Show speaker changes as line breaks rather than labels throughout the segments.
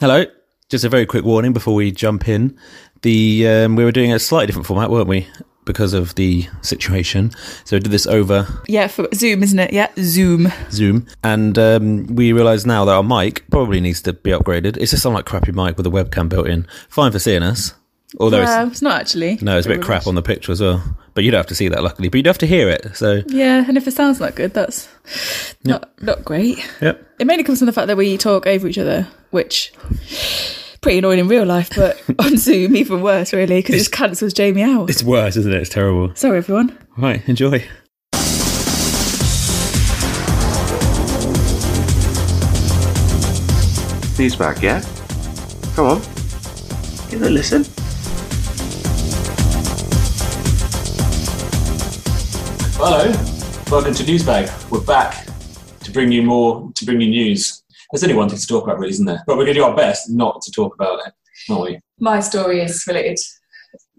Hello. Just a very quick warning before we jump in. The um, we were doing a slightly different format, weren't we? Because of the situation, so we did this over
Yeah, for Zoom, isn't it? Yeah, Zoom.
Zoom, and um, we realise now that our mic probably needs to be upgraded. It's just some like crappy mic with a webcam built in. Fine for seeing us, although
Well,
it's,
it's not actually.
no, it's a bit crap on the picture as well. But you don't have to see that, luckily. But you'd have to hear it. So,
Yeah, and if it sounds not good, that's not not great.
yep.
It mainly comes from the fact that we talk over each other, which pretty annoying in real life, but on Zoom even worse, really, because it just cancels Jamie out.
It's worse, isn't it? It's terrible.
Sorry, everyone.
Right, enjoy.
He's back, yeah? Come on. Give it a listen.
Hello, welcome to Newsbag. We're back to bring you more, to bring you news. There's only one thing to talk about, really, isn't there? But we're going to do our best not to talk about it, aren't we?
My story is related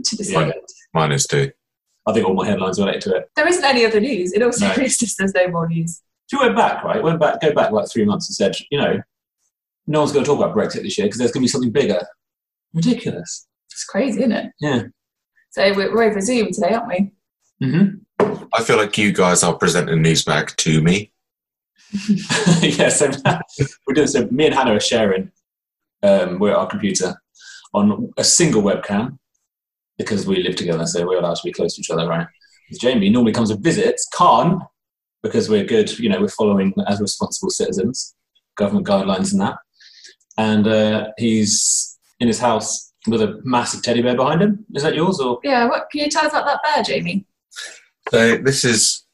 to this
Yeah.
segment.
Minus two.
I think all my headlines are related to it.
There isn't any other news. In all
No.
seriousness, there's no more news.
She went back, right? Went back, go back like three months and said, you know, no one's going to talk about Brexit this year because there's going to be something bigger. Ridiculous.
It's crazy, isn't it?
Yeah.
So we're, we're over Zoom today, aren't we?
Mm-hmm.
I feel like you guys are presenting Newsbag to me.
yeah, so we're doing so. Me and Hannah are sharing. Um, we're at our computer on a single webcam because we live together, so we're allowed to be close to each other, right? Because Jamie normally comes and visits, can't because we're good. You know, we're following as responsible citizens, government guidelines and that. And uh, he's in his house with a massive teddy bear behind him. Is that yours or?
Yeah. What can you tell us about that bear, Jamie?
So this is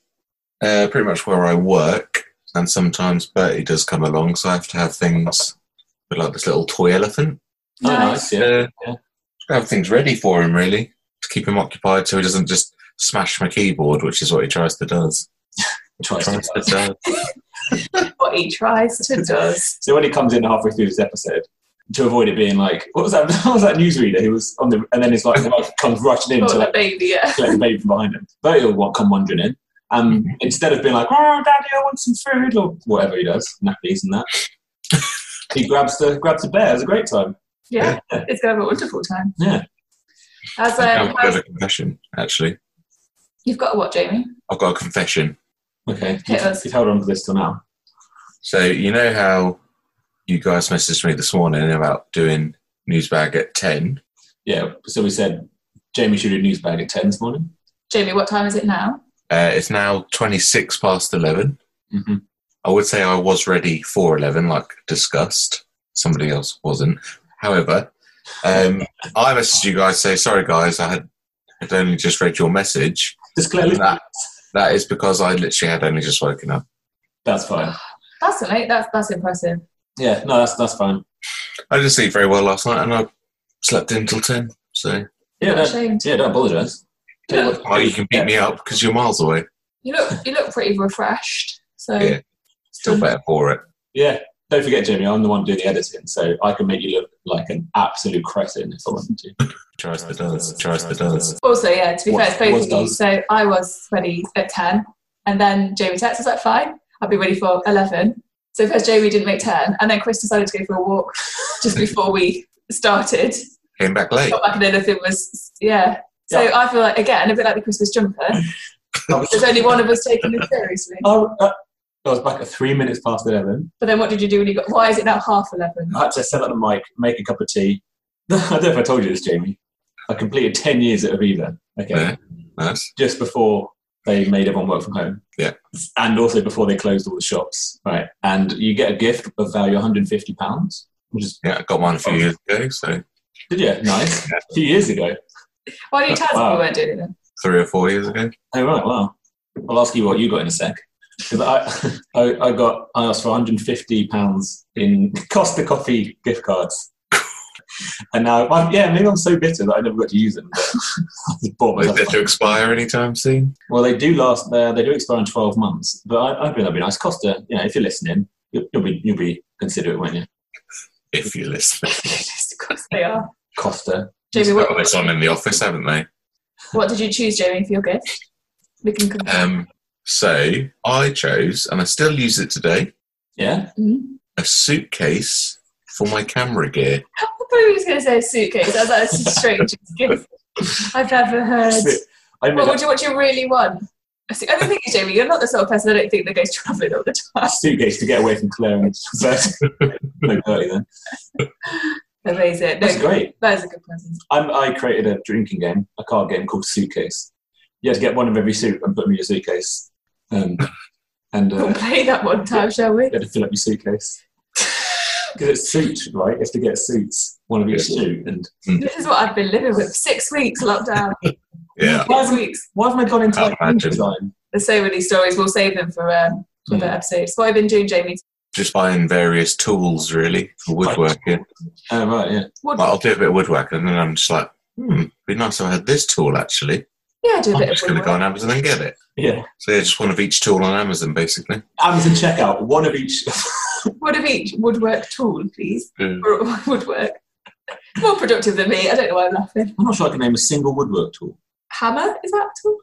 uh, pretty much where I work, and sometimes Bertie does come along, so I have to have things with like this little toy elephant.
Oh,
Nice.
nice. Yeah.
Uh, have things ready for him, really, to keep him occupied, so he doesn't just smash my keyboard, which is what he tries to does.
Tries to-
Tries to uh, does.
What he tries to does.
So when he comes in halfway through this episode, to avoid it being like, what was that? What was that newsreader who was on the? And then it's like the mic comes rushing in
Not
to
the
like
baby, yeah.
collect the baby from behind him. Bertie will wa- come wandering in. Um, instead of being like, "Oh, Daddy, I want some food" or whatever he does, nappies and that, he grabs the grabs the bear. It's a great time.
Yeah, it's going to be a wonderful time.
Yeah.
As,
I've
um,
got
as-
a confession, actually.
you've got what, Jamie?
I've got a confession.
Okay,
Hit
you've,
us.
you've held on to this till now.
So you know how you guys messaged me this morning about doing Newsbag at ten.
Yeah. So we said Jamie should do news bag at ten this morning.
Jamie, what time is it now?
Uh, it's now 26 past 11.
Mm-hmm.
I would say I was ready for 11, like discussed. Somebody else wasn't. However, um, I messaged you guys say, sorry guys, I had had only just read your message.
Just clearly,
Nah. That is because I literally had only just woken up.
that's fine.
That's all right. That's that's impressive.
Yeah. No, that's that's fine.
I didn't sleep very well last night and I slept in till 10. So
Yeah.
Not
No,
ashamed.
yeah. Don't apologise. Tell you what-
oh, you can beat me up because you're miles away.
You look you look pretty refreshed. So
Yeah. Still better for it.
Yeah. Don't forget, Jamie, I'm the one doing the editing, so I can make you look like an absolute cretin if I wanted to.
Tries the does, tries the does.
also yeah. To be
What-
fair, it's both
what
of you.
does-
So I was ready at ten, and then Jamie texted us at five. I'd be ready for eleven. So first Jamie didn't make ten, and then Chris decided to go for a walk just before we started.
Came back late.
Got back and everything was yeah. So
Yeah.
I feel like again a bit like the Christmas jumper. There's only one of us taking this seriously.
I, uh, I was back at three minutes past 11.
But then what did you do when you got? Why is it now half eleven?
I had to set up the mic, make a cup of tea. I don't know if I told you this, Jamie. I completed 10 years at Aviva, okay,
Yeah. Nice.
just before they made everyone work from home.
Yeah.
And also before they closed all the shops, right? And you get a gift of value £150, which is,
Yeah, I got mine a few years ago, so
did you? Nice. a few years ago.
Why do you tell us
Wow.
we weren't doing it then?
three or four years ago.
Oh right, wow. I'll ask you what you got in a sec. 'Cause I, I, I got I asked for 150 pounds in Costa Coffee gift cards, and now I'm, yeah, maybe I'm so bitter that I never got to use them. But I just bought
Is
myself
that to
one.
expire anytime soon?
well, they do last. Uh, they do expire in 12 months, but I, I think that'd be nice. Costa, you know, if you're listening, you'll, you'll be you'll be considerate, won't you?
If you listen.
yes, of course they are.
Costa,
Jamie,
They've got
what,
this on in the office, haven't they?
what did you choose, Jamie, for your gift? We can compare.
Um, so I chose, and I still use it today,
yeah,
Mhm.
a suitcase for my camera gear.
I thought he was going to say a suitcase. I was like, that's the strangest gift I've ever heard.
I made
What
up
would you, what do you really want? I see- And the thing is, Jamie, you're not the sort of person I don't think that goes travelling all the
a
time.
suitcase to get away from Clarence. no, dirty then.
Amazing.
That's
No,
great.
that is a good present.
I'm, I created a drinking game, a card game called Suitcase. You had to get one of every suit and put them in your suitcase. Um, and
We'll
uh,
play that one time, shall we?
you had to fill up your suitcase. Because it's suit, right? You have to get suits, one of each
Yes.
suit. And
This is what I've been living with. Six weeks lockdown.
Yeah.
Why
Six
haven't-
weeks.
why haven't I gone into
Can't
like,
imagine.
design?
There's so many stories. We'll save them for, um, for
Hmm.
the episode. So what I've been doing, Jamie.
Just buying various tools, really, for woodworking.
Oh, right, yeah.
What,
Like, I'll do a bit of woodworking, and then I'm just like, hmm, be nice if I had this tool, actually.
yeah, do a
I'm
bit of
just going to go
woodwork.
on Amazon and get it.
Yeah.
So, yeah, just one of each tool on Amazon, basically.
Amazon checkout, one of each.
One of each woodwork tool, please.
Yeah.
Or woodwork. More productive than me. I don't know why I'm laughing.
I'm not sure I can name a single woodwork tool.
Hammer, is that a tool?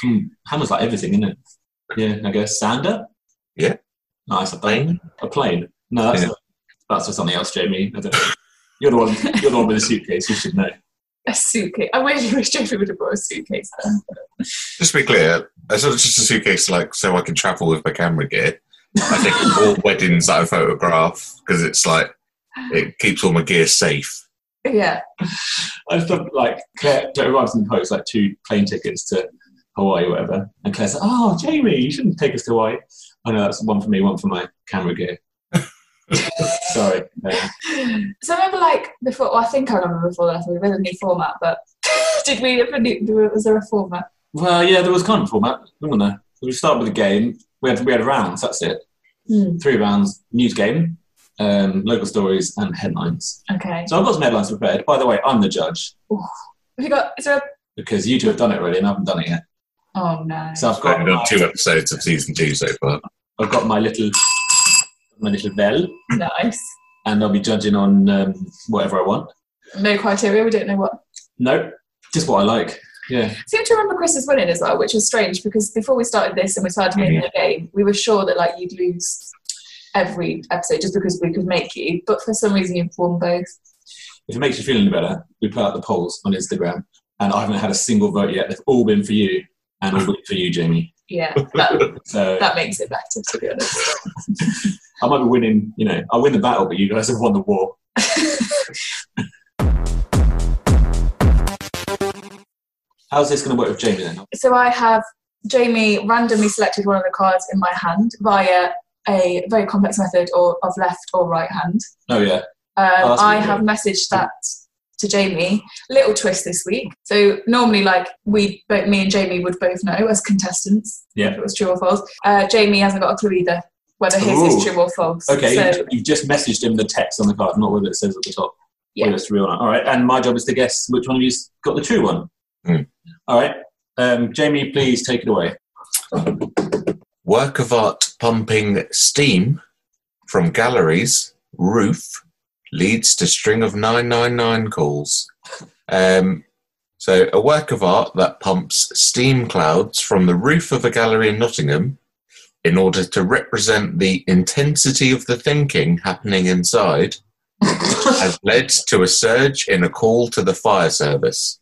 Hmm, Hammer's like everything, isn't it? Yeah, I guess. Sander?
Yeah.
Nice. A plane? A plane. No, that's,
Yeah.
that's for something else, Jamie. I don't know. You're the one. You're the one with the suitcase. You should know.
A suitcase. I really wish Jeffrey would have brought a suitcase then.
Just to be clear, it's not just a suitcase, like, so I can travel with my camera gear. I think all weddings that I photograph, because it's like, it keeps all my gear safe.
Yeah.
I just love, like Claire. Claire arrives in the post like two plane tickets to Hawaii, or whatever. And Claire's like, "Oh, Jamie, you shouldn't take us to Hawaii." I know that's one for me, one for my camera gear. Sorry. Uh,
So I remember like before, well, I think I remember before that, we made a new format, but did we ever do, do- was there a format?
well, yeah, there was kind of a format. We don't know. We started with a game. We had we had rounds. That's it. Three rounds: news game, um, local stories, and headlines.
Okay.
So I've got some headlines prepared. By the way, I'm the judge
Have you got, is there a,
because you two have done it already, and I haven't done it yet.
oh no.
So I've
I've
got
only done
my-
two episodes of season two so far.
I've got my little my little bell,
Nice.
and I'll be judging on um, whatever I want.
No criteria, we don't know what.
Nope, just what I like. Yeah,
I seem to remember Chris's winning as well, which was strange because before we started this and we started making the game, we were sure that like you'd lose every episode just because we could make you, but for some reason you've won both.
if it makes you feel any better, we put out the polls on Instagram, and I haven't had a single vote yet. They've all been for you, and all been for you, Jamie.
Yeah, that,
So
that makes it better to be honest.
I might be winning. You know, I win the battle, but you guys have won the war. How's this going to work with Jamie then?
so I have Jamie randomly selected one of the cards in my hand via a very complex method or of left or right hand.
Oh yeah,
Um,
Oh, that's
I
really
have messaged that to Jamie. Little twist this week. So normally, like we, both, me and Jamie would both know as contestants
Yeah.
if it was true or false. Uh, Jamie hasn't got a clue either whether his is
Ooh.
true or false.
Okay,
So
you've just messaged him the text on the card, not whether it says at the top.
Yeah.
Whether it's real or not. All right, and my job is to guess which one of you's got the true one.
Hmm.
All right, um, Jamie, please take it away.
Work of art pumping steam from galleries roof leads to string of 999 calls. Um, so, a work of art that pumps steam clouds from the roof of a gallery in Nottingham in order to represent the intensity of the thinking happening inside has led to a surge in a call to the fire service.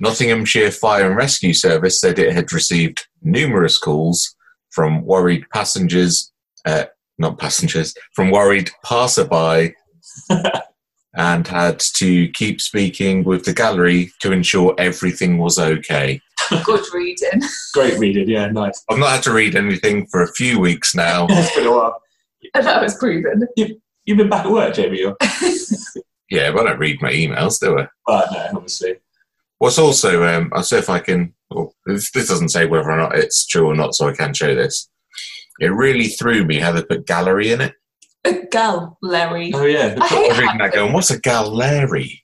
Nottinghamshire Fire and Rescue Service said it had received numerous calls from worried passengers, uh, not passengers, from worried passerby, and had to keep speaking with the gallery to ensure everything was okay.
good reading.
Great reading, yeah, nice.
I've not had to read anything for a few weeks now.
It's been a while.
and that was proven.
You've been back at work, Jamie. Or?
yeah, but I don't read my emails, do I?
But no, obviously.
What's also, um, I'll see if I can, well, this, this doesn't say whether or not it's true or not, so I can show this. It really threw me how they put gallery in it.
A gal, Larry.
Oh yeah, they put,
I hate
I'm reading that
hyphens.
going, what's a gallery?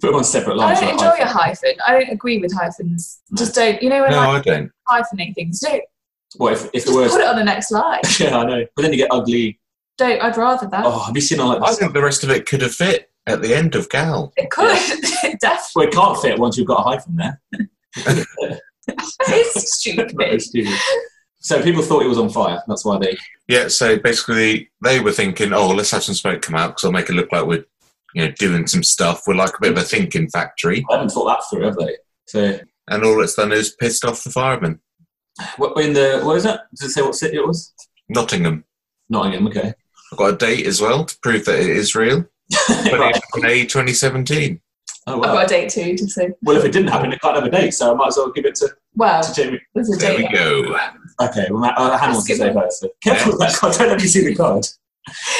put them on separate
I
lines.
don't enjoy
like,
a hyphen. I don't agree with hyphens. Just don't. You know when
No,
I
I don't.
hyphenate things, don't
What if, if the
just
words?
put it on the next line.
Yeah, I know. But then you get ugly.
Don't. I'd rather that.
Oh, have you seen on like
I
this?
think the rest of it could have fit at the end of gal.
It could definitely.
Well, it can't fit once you've got a hyphen there.
It's stupid.
That is stupid. So people thought it was on fire. That's why they.
Yeah, so basically they were thinking, oh, let's have some smoke come out because I'll make it look like we're you know, doing some stuff. We're like a bit of a thinking factory.
I haven't thought that through, have they? So
And all it's done is pissed off the firemen.
what in the what is it? Does it say what city it was?
Nottingham.
Nottingham. Okay.
I've got a date as well to prove that it is real.
Right.
20th May 2017.
Oh
I've got
wow.
a date too, just so.
Well, if it didn't happen, it can't have a date, so I might as well give it to,
Well,
to Jamie.
there's a
There we
date.
go.
Okay, well, Ma- uh, Hannah wants to
Skip
say
one.
first. So. Careful with that card. Don't let me see the card.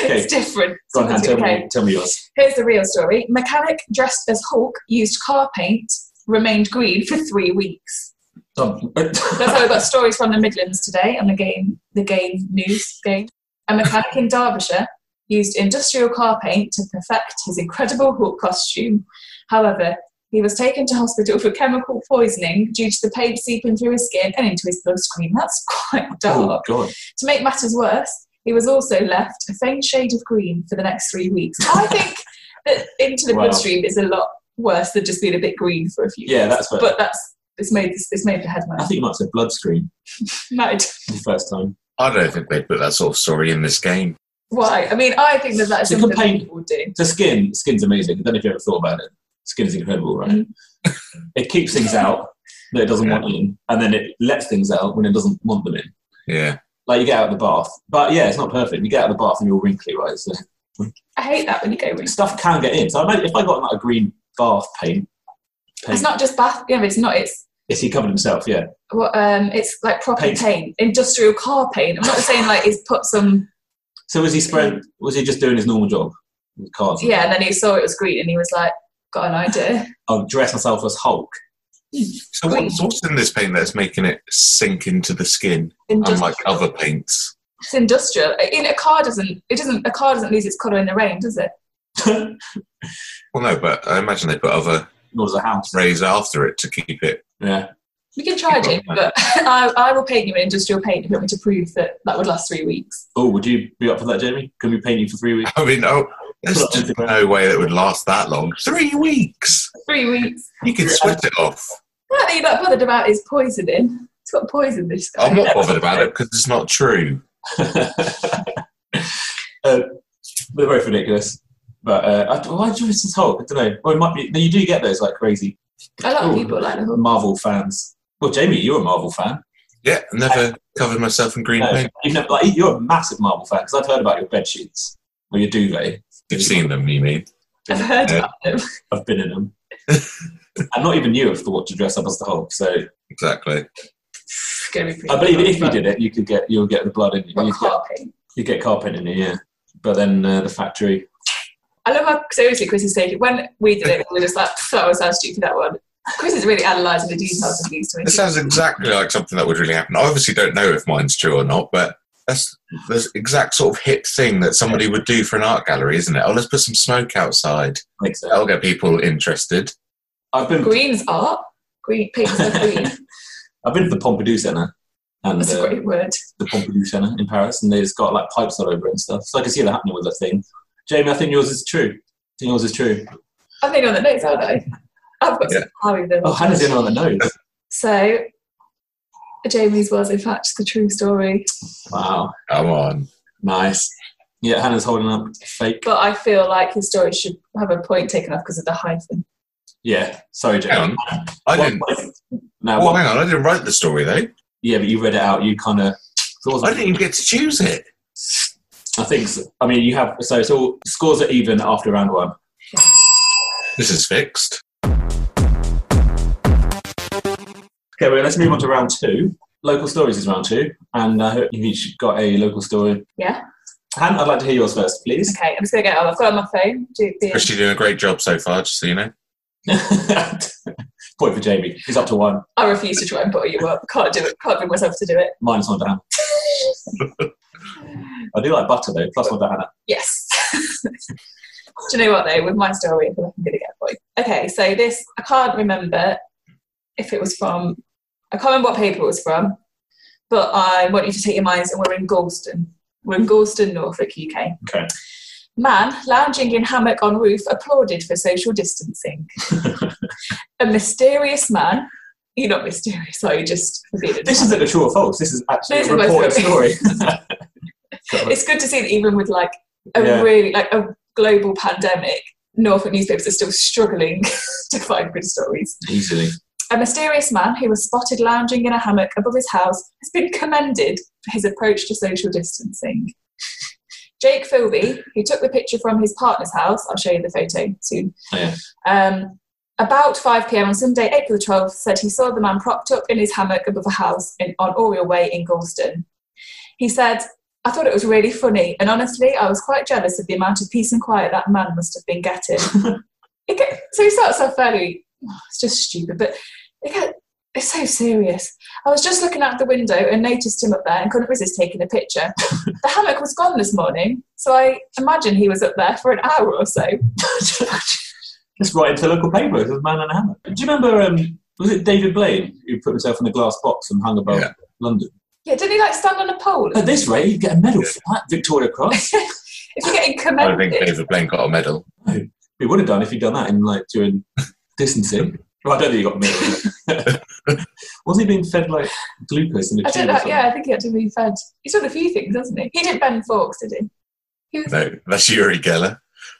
Okay,
It's different.
go on, Hannah. Tell
okay.
me, tell me yours.
Here's the real story. Mechanic dressed as Hulk used car paint, remained green for three weeks.
Oh.
That's how we got stories from the Midlands today on the game, the game news game. A mechanic in Derbyshire used industrial car paint to perfect his incredible Hulk costume. However, he was taken to hospital for chemical poisoning due to the paint seeping through his skin and into his bloodstream. That's quite dark.
oh God.
To make matters worse, he was also left a faint shade of green for the next three weeks. I think that into the
Wow.
bloodstream is a lot worse than just being a bit green for a few.
Yeah,
weeks.
that's fair.
But that's it's made it's made the
I
headline.
think you might say blood screen
Mad.
the first time.
I don't think they'd put that sort of story in this game.
Why? I mean, I think that that's
They
something
could paint-
people would do.
So skin, skin's amazing. I don't know if you ever thought about it. Skin is incredible, right? it keeps things out that it doesn't
Yeah.
want in, and then it lets things out when it doesn't want them in.
Yeah.
Like you get out of the bath, but yeah, it's not perfect. You get out of the bath and you're all wrinkly, right? So
I hate that when you go with.
stuff can get in. So I imagine if I got like a green bath paint, paint
It's not just bath. Yeah, it's not. It's
Yes, he covered himself. Yeah,
what? Um, it's like proper
Paint.
paint. industrial car paint. I'm not saying like he's put some.
So was he spraying? Was he just doing his normal job? With cars.
Yeah, and then he saw it was green and he was like, got an idea.
I'll Oh, dress myself as Hulk.
So what's, what's in this paint that's making it sink into the skin, unlike other paints?
It's industrial. In a car doesn't it doesn't a car doesn't lose its colour in the rain, does it?
Nor
Well, no, but I imagine they put other
does a house.
rays after it to keep it.
Yeah.
We can try it, but I, I will paint you in industrial paint if you want me to prove that that would last three weeks.
Oh, would you be up for that, Jamie? Can we paint you for three weeks?
I mean, oh, there's
Put it on
just
Instagram.
no way that would last that long. Three weeks.
Three weeks.
You can sweat it off.
The only thing you're not bothered about is poisoning. It's got poison this guy.
I'm not bothered about it because it's not true.
uh, they're both ridiculous. But uh, I, why do you dress as Hulk? I don't know. Well, it might be. No, you do get those like crazy
a lot of
Ooh.
people like the whole
Marvel fans. Well, Jamie, you're a Marvel fan.
Yeah, I never covered myself in green
No,
paint.
you've never, like, you're a massive Marvel fan because I've heard about your bed sheets or your duvet.
You've seen them, you mean?
I've heard about them.
I've been in them. and not even you have thought to dress up as the Hulk. So,
Exactly.
It's gonna be pretty
I believe
fun,
if you
but-
did it, you could get you'll get the blood in you.
but
You get,
car paint.
you get carpet in you, yeah. But then uh, the factory.
I love how seriously Chris is taking when we did it, we were just like, that was how stupid that one. Chris is really analysing the details of these
It
twenty.
sounds exactly like something that would really happen. I obviously don't know if mine's true or not, but that's the exact sort of hip thing that somebody would do for an art gallery, isn't it? Oh, let's put some smoke outside.
Like, so.
That'll get people interested.
I've been
Green's art. Green paints are green.
I've been to the Pompidou Centre and
That's a
uh,
great word.
the Pompidou Centre in Paris, and they've got like pipes all over it and stuff. So I can see that happening with that thing. Jamie, I think yours is true. I think yours is true.
I'm the only one that knows, aren't I? I've got
Yeah.
some power them.
Oh, Hannah's the only one that knows.
So, Jamie's was, in fact, the true story.
Wow,
Come on.
nice. Yeah, Hannah's holding up a fake.
But I feel like his story should have a point taken off because of the hyphen.
Yeah, sorry, Jamie.
Hang
One
I didn't.
point. No,
Well,
one-
hang on. I didn't write the story though.
yeah, but you read it out. You kind of.
I didn't even get to choose it.
I think. So. I mean, you have so it's all scores are even after round one.
This is fixed.
Okay, well, let's move on to round two. Local stories is round two, and I hope you've each got a local story.
Yeah.
Han, I'd like to hear yours first, please.
Okay, I'm just going to get out. I've got it on my phone. Do the-
She's doing a great job so far, just so you know.
Point for Jamie. He's up to one.
I refuse to try and butter you up. Can't do it. Can't bring myself to do it.
Minus one to Hannah. I do like butter though. Plus one to Hannah.
Yes. Do you know what though? With my story, I feel like I'm going to get a point. Okay, so this I can't remember if it was from. I can't remember what paper it was from, but I want you to take your minds, and we're in Galston. We're in Galston, Norfolk, UK.
Okay.
Man lounging in hammock on roof applauded for social distancing. a mysterious man You're not mysterious, are you? Just for being a
This isn't a true or false. This is actually
This
a
is my
reported story.
story. It's good to see that even with like a
Yeah.
really like a global pandemic, Norfolk newspapers are still struggling to find good stories.
Easily.
A mysterious man who was spotted lounging in a hammock above his house has been commended for his approach to social distancing. Jake Philby, who took the picture from his partner's house, I'll show you the photo soon.
Oh, yeah.
Um, about 5 pm on Sunday, April the 12th, said he saw the man propped up in his hammock above a house in, on Oriel Way in Galston. He said, I thought it was really funny, and honestly, I was quite jealous of the amount of peace and quiet that man must have been getting. It get- so he starts off fairly, oh, it's just stupid, but it get- it's so serious. I was just looking out the window and noticed him up there and couldn't resist taking a picture. the hammock was gone this morning, so I imagine he was up there for an hour or so.
Just right into the local paper. It was Man and a Hammer. Do you remember, um, was it David Blaine who put himself in a glass box and hung above
Yeah.
London?
yeah, didn't he like stand on a pole?
At this rate, he'd get a medal for that, Victoria Cross.
if you're getting
I don't think
commended,
David Blaine got a medal.
we would have done if he'd done that in like during distancing. Well, I don't think he got a medal. Wasn't he being fed like glucose in a
I
tube?
don't
or
know.
something?
Yeah, I think he had to be fed. He's done a few things, hasn't he? He didn't bend forks, did he? He was
No, that's Yuri Geller.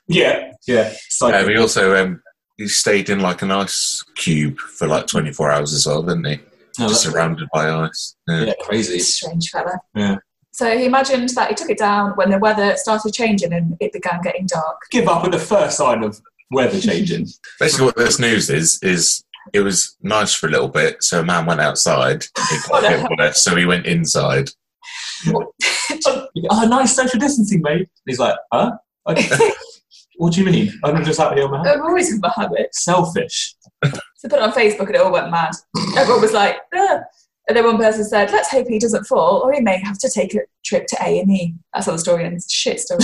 Yeah, yeah.
Um,
Psycho.
he also um, he stayed in like an ice cube for like 24 hours as well, didn't he?
No,
Just
that's
surrounded by ice. Yeah.
yeah,
a
crazy.
strange fella.
Yeah.
So he imagined that he took it down when the weather started changing and it began getting dark.
Give up at the first sign of weather changing.
Basically, what this news is is it was nice for a little bit, so a man went outside. It got a bit worse, so he went inside.
oh, nice social distancing, mate. And he's like, huh? I- what do you mean? I'm just out here on my hand.
I've always been my habit.
Selfish.
So I put it on Facebook and it all went mad. Everyone was like, "Ugh." and then one person said, "Let's hope he doesn't fall, or he may have to take a trip to A and E." That's how the story ends. Shit story.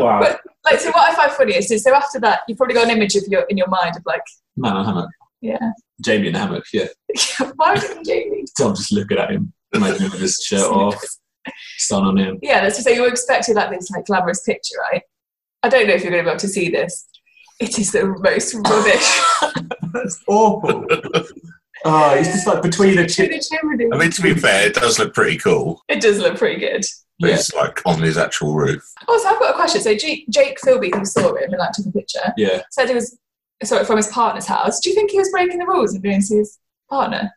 wow.
But- like, so what I find funny is, so after that, you've probably got an image of your in your mind of like,
Man, a hammock.
yeah,
Jamie in a hammock, yeah.
why was it Jamie?
So I'm just looking at him, making him with his shirt off, sun on him.
Yeah, that's to say you expected like this like glamorous picture, right? I don't know if you're going to be able to see this. It is the most rubbish.
That's awful. oh, he's just like between the chin.
I mean, to be fair, it does look pretty cool.
it does look pretty good.
But
Yeah.
It's like on his actual roof.
Also, I've got a question. So Jake, Jake Philby, who saw him and like took a picture,
Yeah.
said he was saw it from his partner's house. Do you think he was breaking the rules and doing it to his partner?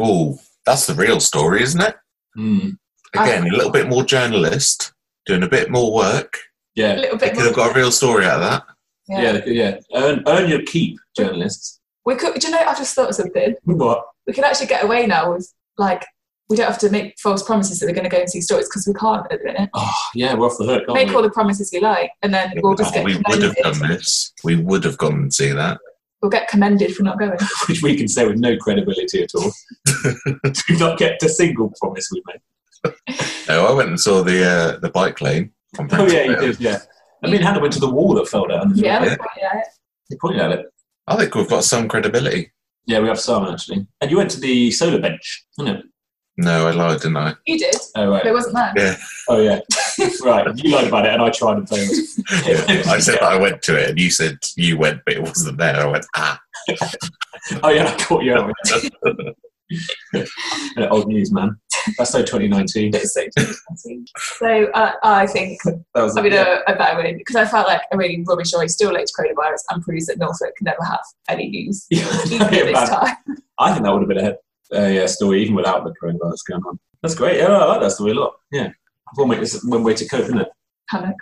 Oh, that's the real story, isn't it?
Mm.
Again, a little bit more journalist, doing a bit more work.
A
Yeah.
little
They
bit.
could have
more-
got a real story out of that.
yeah.
Yeah. Yeah. Earn, earn your keep, journalists.
We could. Do you know? I just thought of something.
What?
We could actually get away now with like we don't have to make false promises that we're going to go and see stories because we can't at the minute.
Oh, yeah, we're off the hook, aren't
Make
we?
all the promises we like, and then we'll just get
Oh, we would have
commended.
done this. We would have gone and see that.
We'll get commended for not going.
Which we can say with no credibility at all. We've not kept a single promise we made.
No, I went and saw the uh, the bike lane. on
Oh, yeah, you
Brentford.
did, yeah. I mean, Hannah went to the wall that fell down.
yeah,
Yeah.
that's quite- yeah.
He pointed at it.
I think we've got some credibility.
Yeah, we have some, actually. And you went to the solar bench, didn't it?
No, I lied, didn't I?
You did,
Oh,
but it
right.
wasn't there.
Yeah.
Oh, yeah. right. You lied about it, and I tried and failed.
Yeah, I said that I went to it, and you said you went, but it wasn't there. I went, ah.
Oh yeah, I caught you out. An old news man. That's so 2019.
It's so disappointing. so uh, I think
That was
I mean, uh, a, a better way because I felt like a really rubbish story still linked to coronavirus and proves that Norfolk never have any news.
Yeah.
Even at this
Yeah,
time.
I think that would have been a uh, yeah, story even without the coronavirus going on. That's great. Yeah, I like that story a lot. Yeah, one way, it's one way to cope, isn't it?
Hammock.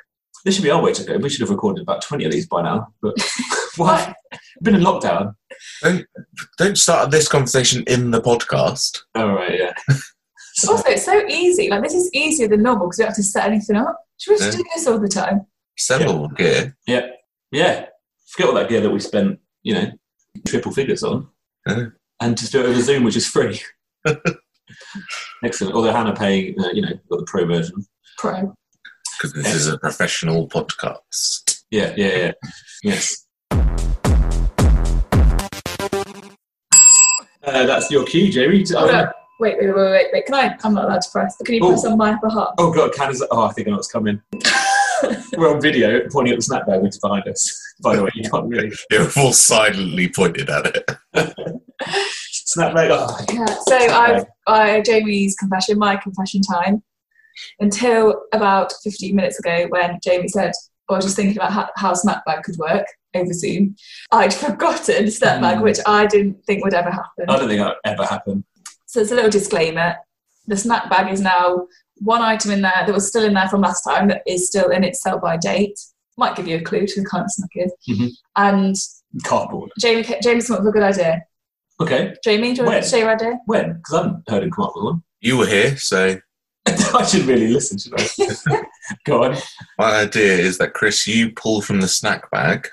This should be our way to cope. We should have recorded about 20 of these by now. But why? Been in lockdown.
Don't start this conversation in the podcast.
All Oh, right. Yeah.
Also, it's so easy. Like this is easier than normal because we don't have to set anything up. Should we just do
Yeah.
this all the time?
Sell all gear.
Yeah. Yeah. Forget all that gear that we spent, you know, triple figures on.
Yeah.
And just do it over Zoom, which is free. Excellent. Although Hannah paying, uh, you know, got the pro version.
Pro.
Because this is a professional podcast.
Yeah, yeah, yeah. Yes. Uh, that's your cue, Jamie. Do-
Hold up. Wait, wait, wait, wait, wait. Can I? I'm not allowed to press. Can you press
Ooh.
on my behalf?
Oh god, can is oh I think I know what's coming. We're on video pointing at the snack bag which is behind us. By the way, you can't really
You've all silently pointed at it.
Snap back. Oh,
Yeah, so I've I, Jamie's confession, my confession time, until about 15 minutes ago when Jamie said, "Oh, I was just thinking about how, how Snapbag could work over Zoom. I'd forgotten Snapbag,
Mm.
which I didn't think would ever happen.
I don't think that ever happened.
So it's a little disclaimer. The snack bag is now one item in there that was still in there from last time that is still in its sell by date. Might give you a clue to the kind of snack it is.
Mhm.
And
Cardboard.
Jamie, ca- Jamie's come up with a good idea.
Okay.
Jamie, do you want
When?
to share your idea?
When? Because I haven't heard him come up with one.
You were here, so
I should really listen, should I? Go on.
my idea is that Chris, you pull from the snack bag,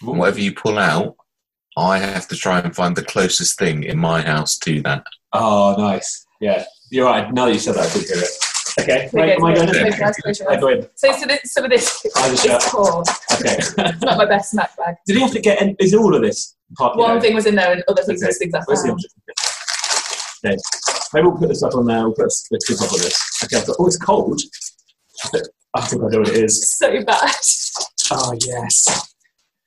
and whatever you pull out, I have to try and find the closest thing in my house to that.
Oh, nice. Yeah. You're right. Now that you said that, I could hear it. Okay. Wait, am I going
to-
so,
in? I go in.
so, so this, some of this
I
is
just shout.
poor.
Okay.
It's not my best snack bag.
Did he have to get in? Is all of this part? you
One
know,
thing was in there and other things
Okay.
was things I
Where's the
found.
object? Okay. Maybe we'll put this up on there. We'll put a a clip up on this. Okay. I've got, oh, it's cold. I think I know what it is.
So bad.
Oh, yes.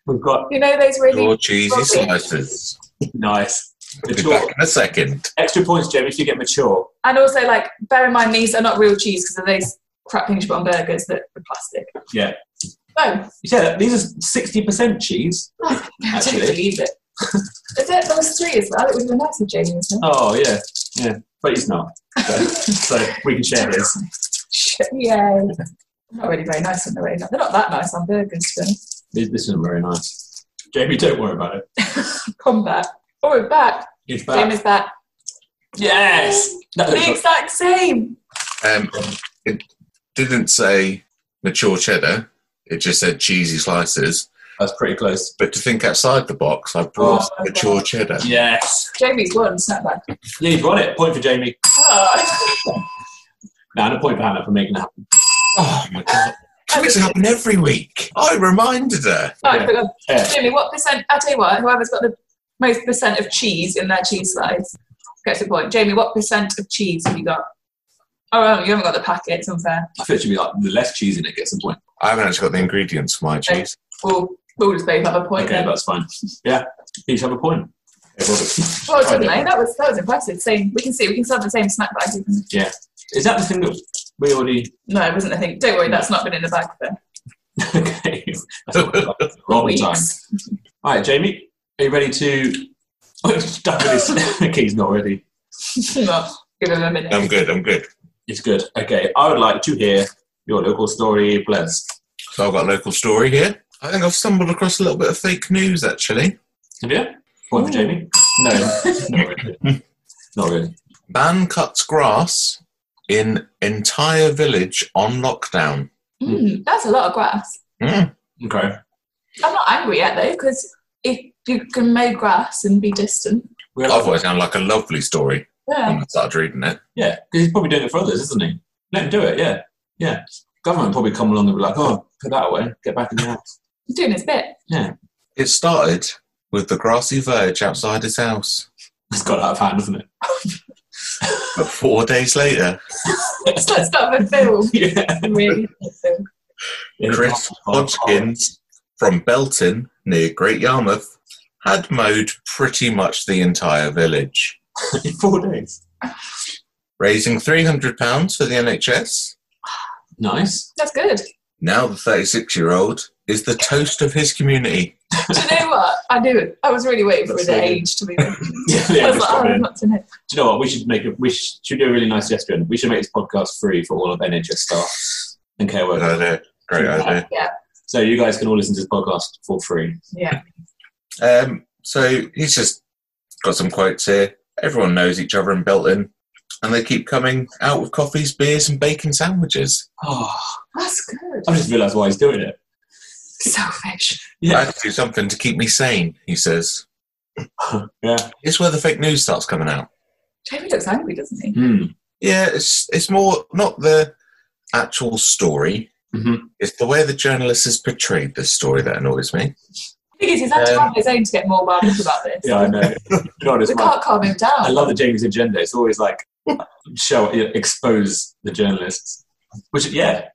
We've got
You know those really
Your cheesy slices.
nice.
We'll be back
Mature.
in a second.
Extra points, Jamie, if you get mature.
And also, like, bear in mind these are not real cheese because they're those crap English bun burgers that are plastic.
Yeah.
Oh,
Yeah, these are 60% cheese.
I don't
Actually.
believe it. Is there, there was three as well. It would have been nice if Jamie was there.
Oh, yeah. Yeah. But he's not. So, so we can share this.
Shit, Yay. Not really very nice on the way. They're not that nice on burgers, to be honest.
This this isn't very nice. Jamie, don't worry about it.
Come back. Oh, we're back.
It's
Jamie's back.
Yes! That
The
looks
exact same.
Um, it didn't say mature cheddar. It just said cheesy slices.
that's pretty close.
But to think outside the box, I brought
Oh,
mature
okay.
cheddar.
Yes.
Jamie's won. Snap back.
Yeah, you've won it. Point for Jamie.
Oh,
No, and a point for Hannah for making it happen.
Oh my god! It's happen every week. I reminded her.
I forgot.
Yeah.
uh, Jamie, what percent? I'll tell you what, whoever's got the most percent of cheese in their cheese slice gets the point. Jamie, what percent of cheese have you got? Oh, well, you haven't got the packet, it's unfair.
I feel it should be like the less cheese in it gets a point.
I haven't actually got the ingredients for my cheese.
We'll, we'll just both have a point
Okay,
then.
that's fine. Yeah, each have a point. Okay, Robert.
Well done,
I
mate.
don't-
Oh, That was, that was impressive. Same, we can see, we can still have the same snack bag. you can-
Is that the thing that we already.
No, it wasn't the thing. Don't worry, that's not been in the bag for
okay. That's not the wrong time.
weeks.
All right, Jamie, are you ready to. Oh, it's stuck with his key's not ready.
Well, Give him a minute.
I'm good. I'm good.
It's good. Okay, I would like to hear your local story, please.
So I've got a local story here. I think I've stumbled across a little bit of fake news actually.
Have you? Point for Jamie? No, not really. Not really.
Man cuts grass in entire village on lockdown.
Mm, that's a lot of grass.
Mm.
Okay.
I'm not angry yet, though, because if you can mow grass and be distant.
We're like,
Otherwise, it sounded like a lovely story
Hmm.
Yeah.
when I started reading it.
yeah, 'cause he's probably doing it for others, isn't he? Let him do it, yeah. Yeah. Government probably come along and be like, oh, put that away, get back in the house.
doing his bit.
It started with the grassy verge outside his house.
It's got out of hand, hasn't it?
But four days later,
Let's let's start with film.
yeah.
really awesome.
Chris Hodgkins from Belton near Great Yarmouth had mowed pretty much the entire village,
In four days.
raising £300 for the NHS.
Nice.
That's good.
Now the 36 year old is the toast of his community.
Do you know what? I knew it. I was really waiting for
That's
the
really-
age to be there.
Yeah,
I
yeah,
was
just
like,
got
oh,
in.
I'm not to know.
do you know what? We should make a we sh- should do a really nice gesture. We should make this podcast free for all of NHS staff and care
Good
workers.
idea. Great idea.
So you guys can all listen to this podcast for free.
Yeah.
Um, so he's just got some quotes here. Everyone knows each other in Belton, and they keep coming out with coffees, beers, and bacon sandwiches.
Oh,
That's good.
I just realised why he's doing it.
Selfish.
I
Yeah,
had to do something to keep me sane, he says.
yeah.
It's where the fake news starts coming out.
Jamie looks angry, doesn't he?
Hmm.
Yeah, it's it's more not the actual story.
Mhm.
It's the way the journalist has portrayed this story that annoys me.
I think he's- he's had to
Um,
have his own to get more wound up about this.
Yeah, I know. you know what it's
We
like?
can't calm him down.
I love the James agenda. It's always like show you know, expose the journalists, which yeah,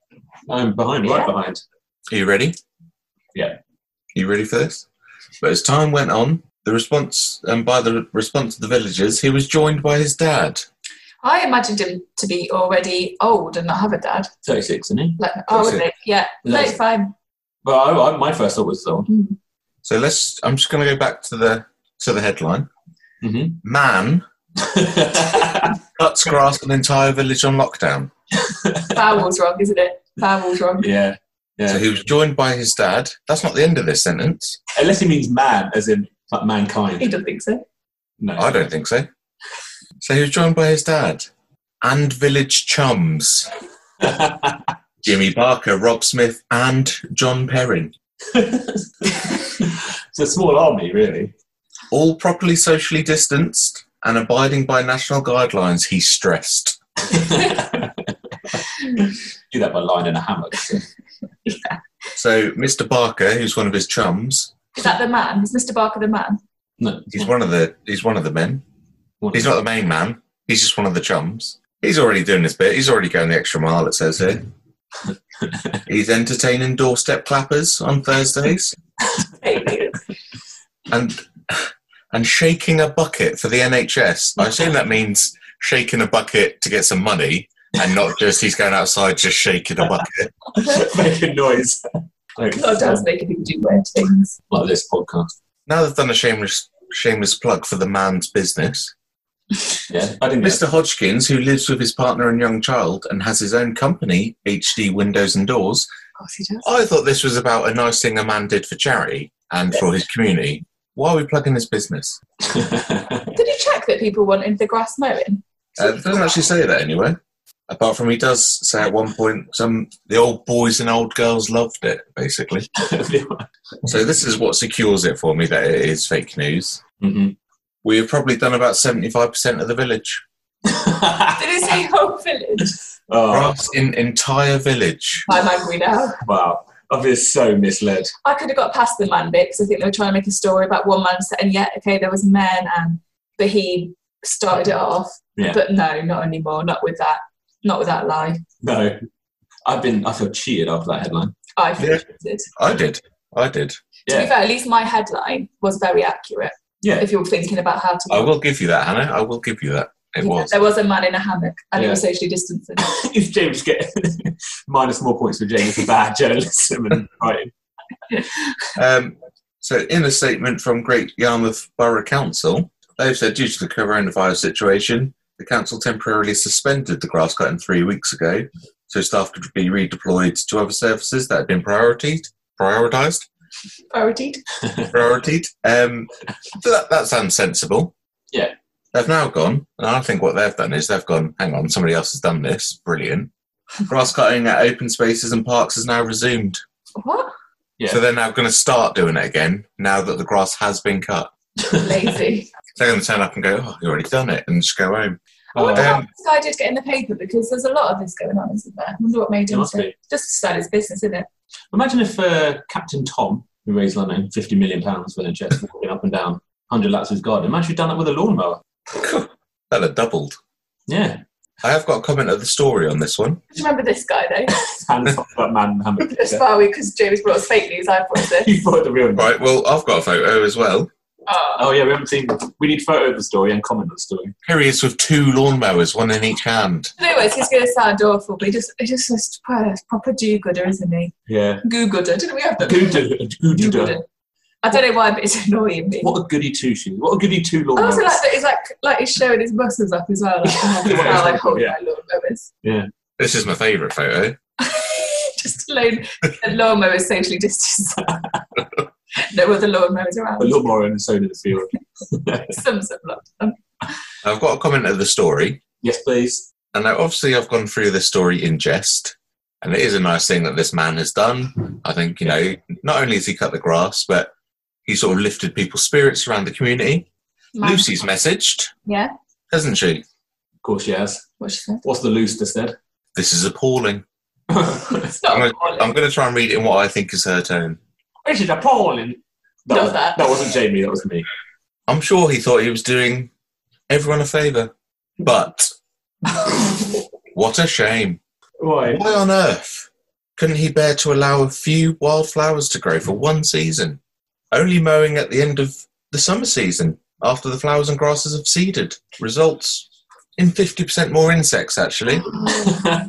I'm behind, right
Yeah.
behind.
Are you ready?
Yeah.
You ready for this? But as time went on, the response, and by the response of the villagers, he was joined by his dad.
I imagined him to be already old and not have a dad.
36, isn't he?
Like, oh,
That's
would they? Yeah,
That's it.
35.
Well, I, I, my first thought was the one.
Mm.
So let's. I'm just going to go back to the to the headline.
Mhm.
Man cuts grass an entire village on lockdown.
Bowel's wrong, isn't it? Bowel's wrong.
yeah. Yeah.
So he was joined by his dad. That's not the end of this sentence.
Unless he means man, as in like
He
mankind.
doesn't think so.
No.
I don't think so. So he was joined by his dad and village chums Jimmy Barker, Rob Smith, and John Perrin,
it's a small army, really.
all properly socially distanced and abiding by national guidelines. He stressed.
Do that by lying in a hammock.
So Mr. Barker, who's one of his chums,
Is that the man? Is Mr. Barker the man?
No,
he's one of the he's one of the men. He's not the main man. He's just one of the chums. He's already doing his bit. He's already going the extra mile, it says here. He's entertaining doorstep clappers on Thursdays
Hey,
and and shaking a bucket for the NHS. I assume that means shaking a bucket to get some money and not just he's going outside just shaking a bucket.
making noise. Like,
God does making people do weird things.
like this podcast.
Now they've done a shameless shameless plug for the man's business.
Yeah, I didn't.
Mr. Hodgkins, who lives with his partner and young child and has his own company, HD Windows and Doors,
Of course he does.
Oh.
I thought this was about a nice thing a man did for charity and for his community. Why are we plugging his business?
Did you check that people wanted the grass mowing?
Uh, it doesn't actually say that anywhere. Apart from he does say at one point some the old boys and old girls loved it, basically. So this is what secures it for me that it is fake news.
hmm
We have probably done about seventy five percent of the village.
Did it say whole village?
oh,
Grass in entire village.
I'm angry now.
wow. I've been so misled.
I could have got past the man bit because I think they were trying to make a story about one man, set- and yet, okay, there was a man, and but he started it off.
Yeah.
But no, not anymore. Not with that. Not with that lie.
No, I've been. I feel cheated after that headline.
I feel
Yeah.
cheated.
I did. I did.
To be
Yeah,
fair, at least my headline was very accurate.
Yeah.
If you're thinking about how to,
I will give you that, Hannah. I will give you that. It
Yeah,
was.
There was a man in a hammock, and he
Yeah.
was socially distancing.
if James get minus more points for James for bad journalism and writing.
Um, so, in a statement from Great Yarmouth Borough Council, they've said due to the coronavirus situation, the council temporarily suspended the grass cutting three weeks ago, so staff could be redeployed to other services that had been prioritised. Prioritised,
Priorities.
prioritised. Um, so that, that sounds sensible.
Yeah.
They've now gone, and I think what they've done is they've gone. Hang on, somebody else has done this. Brilliant. Grass cutting at open spaces and parks has now resumed.
What?
Yeah.
So they're now going to start doing it again now that the grass has been cut.
Lazy.
They're going to turn up and go, oh, you already done it, and just go home.
I
Oh,
wonder
Uh,
how
Um,
this guy did get in the paper because there's a lot of this going on, isn't there? I wonder what made
It
him
must
say.
be.
Just to start his business, isn't it?
Imagine if uh, Captain Tom, who raised like 50 million pounds for the chest, walking up and down 100 laps of his garden. Imagine he'd done that with a lawnmower.
That had doubled.
Yeah,
I have got a comment of the story on this one.
Do you remember this guy though?
hands off that man. Hammock.
as far away because James brought us fake news. I brought this.
you thought the real one.
Right, well, I've got a photo as well.
Oh,
Oh yeah, we haven't seen. We need photo of the story and comment on the story.
Here he is with two lawnmowers, one in each hand.
anyways, he's going to sound awful, but he just, he just is proper do gooder, isn't he?
Yeah,
Goo gooder. Didn't we have that?
Gouda- Gouda.
Do-gooder. I don't know why, but it's annoying me.
What a goody two shoes. What a goody two
I also
lawnmower.
like that he's like, like he's showing his muscles up as well. Like, oh,
Yeah,
he's now like holding
yeah.
my lawnmowers.
This is my favourite photo.
just alone, the lawnmower is socially distanced. no other lawnmowers around.
A lawnmower and a soda in the field.
Some sort of lockdown.
I've got a comment of the story,
Yes, please.
and now obviously I've gone through this story in jest, and it is a nice thing that this man has done. I think, you know, not only has he cut the grass, but he sort of lifted people's spirits around the community.
Man-
Lucy's messaged,
Yeah,
hasn't she?
Of course, yes.
what she said.
What's the loose that said?
This is appalling.
It's not
I'm
appalling.
I'm going to try and read it in what I think is her tone.
this is appalling. That,
Love
was,
that.
that. wasn't Jamie. That was me.
I'm sure he thought he was doing everyone a favour. But what a shame.
Why?
Why on earth couldn't he bear to allow a few wildflowers to grow for one season? Only mowing at the end of the summer season after the flowers and grasses have seeded results in 50% more insects, actually.
Oh.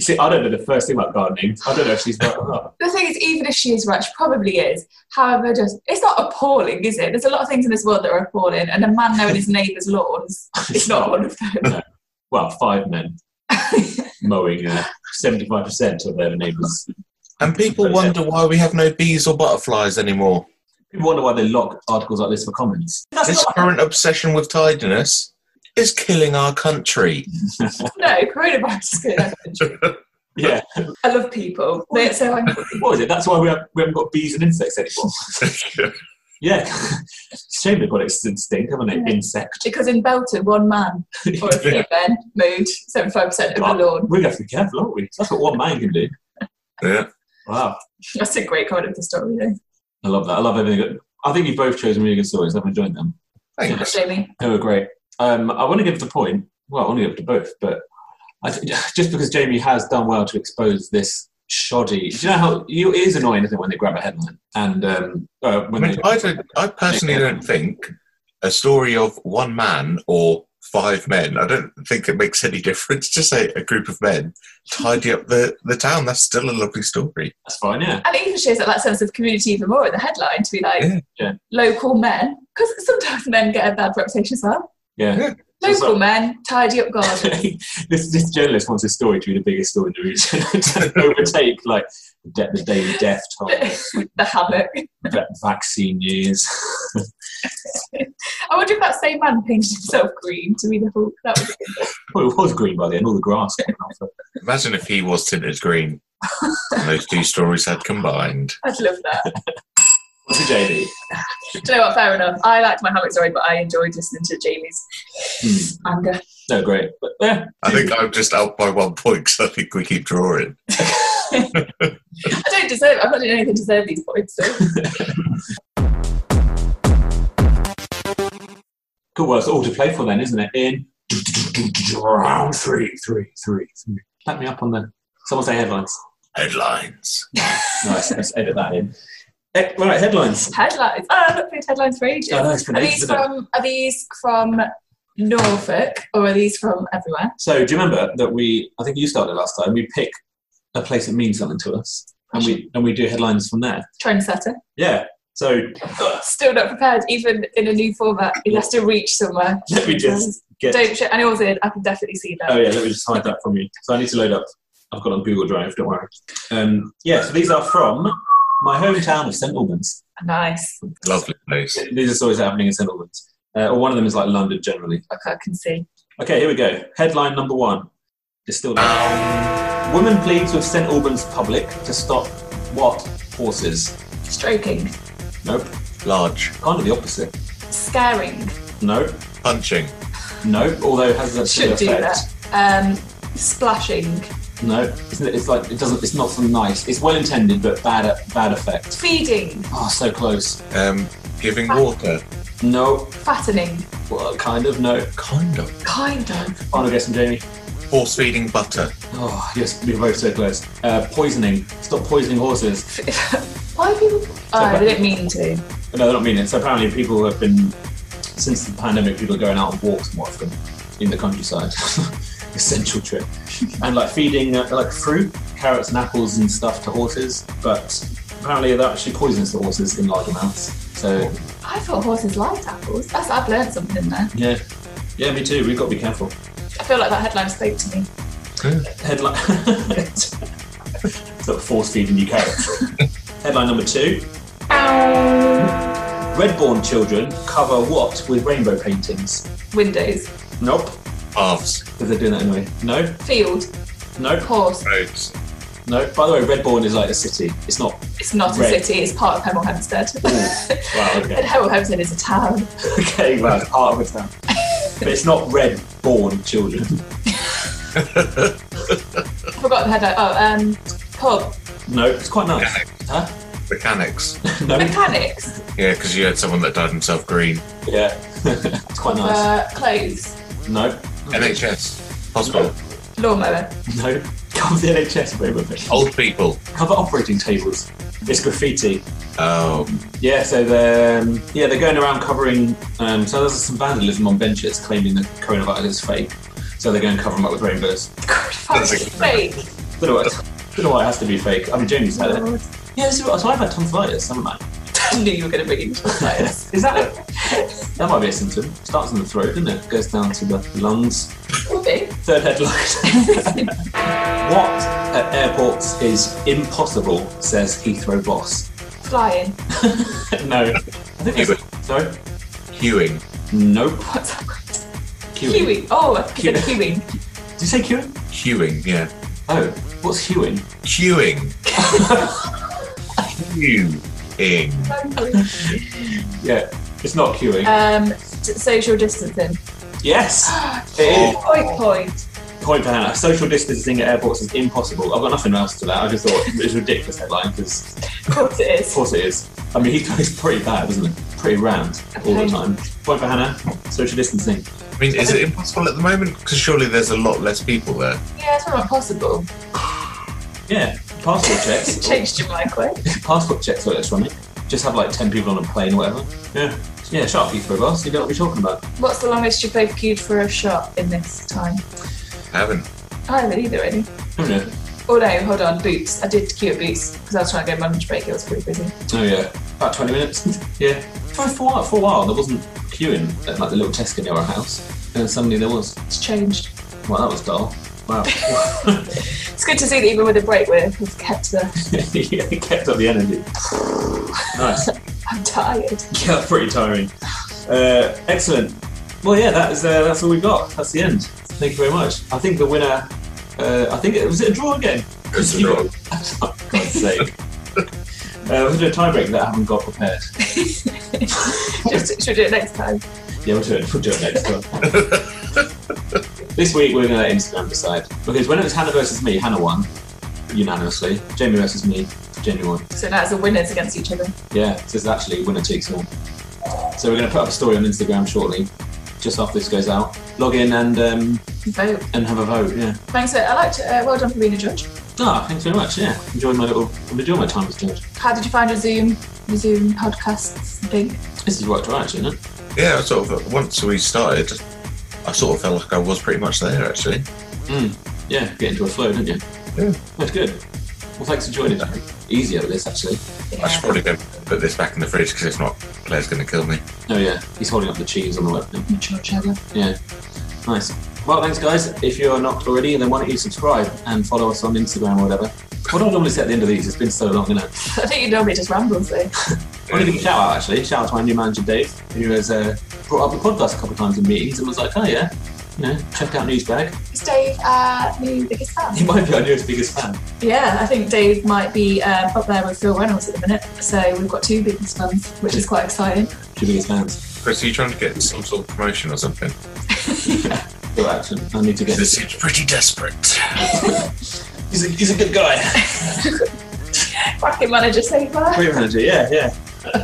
You See, I don't know the first thing about gardening. I don't know if she's oh, right or not.
The thing is, even if she is right, she probably is. However, just it's not appalling, is it? There's a lot of things in this world that are appalling, and a man knowing his neighbour's lawns is not one of them.
Well, five men mowing uh, seventy-five percent of their neighbours.
And people wonder why we have no bees or butterflies anymore.
People wonder why they lock articles like this for comments.
This current obsession with tidiness is killing our country.
no, coronavirus is good.
Yeah,
I love people. They're so angry.
what is it? That's why we, have, we haven't got bees and insects anymore. Yeah, it's a shame they've got extinct stink, haven't they?
Yeah.
Insect.
Because in Belton, one man
Oh,
or a few men mowed 75% of the lawn.
We have to be careful, aren't we? That's what one man can do.
Yeah.
Wow,
That's a great comment of the story, though.
I love that. I love everything. I think you both chosen really good stories. I've enjoyed them.
Thanks.
Jamie.
They were great. Um, I want to give it to point. Well, I want to give it to both, but I th- just because Jamie has done well to expose this shoddy. Do you know how you, it is annoying, isn't it, when they grab a headline and um, uh,
I
when
mean,
they,
I, don't, I personally don't think a story of one man or five men, I don't think it makes any difference to say a group of men tidy up the, the town. That's still a lovely story.
that's fine, yeah.
And it even shows that, that sense of community even more in the headline to be like
Yeah.
Yeah.
local men, because sometimes men get a bad reputation as well.
Yeah. So-
Local
so-
men, tidy up gardens.
this, this journalist wants his story to be the biggest story in the region to overtake like the, de- the daily death toll,
the havoc.
va- vaccine years.
I wonder if that same man painted himself green to be the Hulk. That was
well, it was green by the end, all the grass. came off.
Imagine if he was tinted green and those two stories had combined.
I'd love that.
What's it, JD?
Do you know what? Fair enough. I liked my havoc story, but I enjoyed listening to Jamie's
Hmm.
anger.
No, great. But, yeah.
I think I'm just out by one point because I think we keep drawing.
I don't deserve. I'm not doing anything to deserve these points. So.
Cool. Well, it's all to play for then, isn't it? In round three, three, three, three. Clap me up on the. Someone say headlines.
Headlines.
Nice. Let's edit that in. Eh, Right, headlines.
headlines. Oh, I've not played headlines for ages.
I know, it's been
Are
ages,
these
isn't it?
from? Are these from Norfolk or are these from everywhere?
So, do you remember that we? I think you started last time. We pick a place that means something to us, and we and we do headlines from there.
Trendsetter.
Yeah. So
Still not prepared, even in a new format. It has to reach somewhere.
let me just get.
Don't shit. And it was in. I can definitely see that.
Oh yeah, let me just hide that from you. So I need to load up. I've got it on Google Drive. Don't worry. Um, yeah. So these are from my hometown of St Albans.
Nice.
Lovely place.
These are stories happening in St Albans. Uh, or one of them is like London generally.
Okay, I can see.
Okay, here we go. Headline number one. It's still Woman pleads with St Albans public to stop what horses?
Stroking.
Nope.
Large.
Kind of the opposite.
Scaring.
Nope.
Punching.
Nope. Although it has a
Should do
effect.
that. Um, splashing.
No, it's, it's like it doesn't. It's not so nice. It's well intended, but bad bad effect.
Feeding.
Oh, so close.
Um, giving water.
No,
Fattening.
well, kind of. No.
Kind of.
Kind of.
Final guess from Jamie.
Horse feeding butter.
Oh, yes, we were both so close. Uh, poisoning. Stop poisoning horses.
Why people? Oh, they didn't mean to.
No, I don't mean it. So apparently, people have been since the pandemic, people are going out on walks more often in the countryside. Essential trip, and like feeding uh, like fruit, carrots and apples and stuff to horses. But apparently, that actually poisons the horses in large amounts. So
I thought horses liked apples. That's I've learned something there.
yeah, yeah, me too. We've got to be careful.
I feel like that headline spoke to me.
Headline. Sort of force feeding you carrots. Headline number two. Redborn children cover what with rainbow paintings?
Windows,
Nope,
Halves.
because they're doing that anyway. No,
field,
nope,
horse.
Roads.
no. By the way, Redborn is like a city. It's not.
It's not a
Red.
city. It's part of Hemel Hempstead.
Wow.
and
Okay.
Hemel Hempstead is a town.
okay. Well, it's part of it now. But it's not red-born children.
I forgot the headline. Oh, um, pub
No, it's quite nice. Huh?
Mechanics.
No.
mechanics,
Yeah, because you had someone that dyed himself green.
Yeah. it's quite nice.
uh, clothes,
No.
Hmm. NHS. Hospital.
lawnmower,
No. Cover the NHS rainbow paintings.
Old people.
Cover operating tables. It's graffiti.
Oh,
Yeah, so they're um, yeah they're going around covering. Um, so there's some vandalism on benches claiming that coronavirus is fake. So they're going to cover them up with rainbows.
That's a-
fake.
Don't know why. Don't know why it has to be fake. I mean, Jamie's had it. Yeah, this is what, so I've had tonsillitis, haven't I?
I knew you were going to bring it up.
Is that that might be a symptom? Starts in the throat, doesn't it? Goes down to the lungs.
Okay.
Third headline. what at airports is impossible? Says Heathrow boss.
Flying.
no. I think it's, sorry.
queuing.
Nope.
What's that word?
Queuing.
Kiwi. Oh, I think I said kiwi.
Did you say queuing?
Queuing, yeah.
Oh, what's queuing?
Queuing. Queuing.
Yeah, it's not queuing.
um, t- social distancing.
yes, it
Oh.
is.
Point, point.
Point for Hannah. Social distancing at airports is impossible. I've got nothing else to that. I just thought it was a ridiculous headline because,
Of course it
of
is.
course, it is. I mean, Heathrow's pretty bad, isn't it? Pretty round all the
Okay.
time. Point for Hannah. Social distancing.
I mean, is it impossible at the moment? Because surely there's a lot less people there.
Yeah, it's not possible.
Yeah, passport checks.
Changed your mic, right?
passport checks are electronic. Just have like ten people on a plane, or whatever. Yeah, yeah. Shut up, Heathrow boss. You know what we're talking about.
What's the longest you've both queued for a shot in this time?
Haven't.
I haven't either, really.
Oh, no.
Oh no, hold on, Boots. I did queue at Boots because I was trying to go on lunch break. It was pretty busy.
Oh yeah, about twenty minutes. yeah, for for a while, for a while there wasn't queuing at like the little Tesco near our house, and then suddenly there was.
It's changed.
Well, that was dull. Wow.
It's good to see that even with a break, we're- we've kept the.
yeah, it kept up the energy. nice.
I'm tired.
Yeah, that's pretty tiring. Uh, excellent. Well, yeah, that is uh, that's all we've got. That's the end. Thank you very much. I think the winner. Uh, I think it was it a draw again.
It's a draw.
For God's sake. Uh, we'll do a tiebreak that I haven't got prepared.
Just, should we do it next time?
Yeah, we'll do it. We'll do it next time. this week we're going to let Instagram decide because when it was Hannah versus me, Hannah won unanimously. Jamie versus me, Jamie won.
So now it's the winners against each other.
Yeah, so it's actually winner takes all. So we're going to put up a story on Instagram shortly, just after this goes out. Log in and um,
Vote.
and have a vote. Yeah.
Thanks. uh, I liked. Uh, well done for being a judge.
Ah, thanks very much. Yeah, enjoying my little I'm enjoying my time as judge.
How did you find your Zoom? Your Zoom podcasts thing?
This has worked right, actually, isn't it?
Yeah, I sort of. Once we started, I sort of felt like I was pretty much there, actually.
Yeah, get into a flow, didn't you?
Yeah.
That's good. Well, thanks for joining. Easier with this actually.
I should probably go put this back in the fridge because if not, Claire's going to kill me.
Oh yeah, he's holding up the cheese on the webcam.
Mature cheddar.
Yeah. Nice. Well, thanks, guys. If you're not already, then why don't you subscribe and follow us on Instagram or whatever. What do I normally say at the end of these? It's been so long, isn't it?
I think you normally just ramble, so.
I want to give a shout out, actually. Shout out to my new manager, Dave, who has uh, brought up the podcast a couple of times in meetings and was like, oh, yeah, you know, check out Newsbag.
Is Dave uh, new biggest
He
fan?
might be our newest biggest fan.
Yeah, I think Dave might be um, up there with Phil Reynolds at the minute. So we've got two biggest fans, which is quite exciting.
Two biggest fans.
Chris, are you trying to get some sort of promotion or something?
Good action. I need to get
This seems pretty desperate.
He's a, he's a good guy.
Bracket manager saver.
Great manager, yeah, yeah.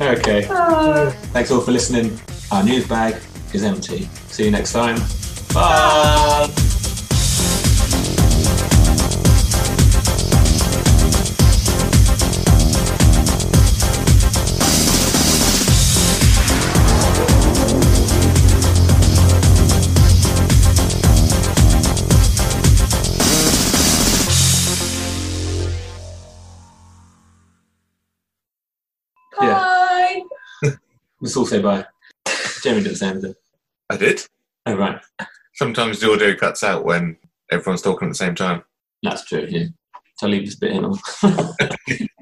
okay.
Oh.
Thanks all for listening. Our news bag is empty. See you next time. Bye. Yeah.
Bye.
Let's all say bye. Jamie didn't say anything.
I did.
Oh, right.
Sometimes the audio cuts out when everyone's talking at the same time.
That's true, yeah. So I'll leave this bit in.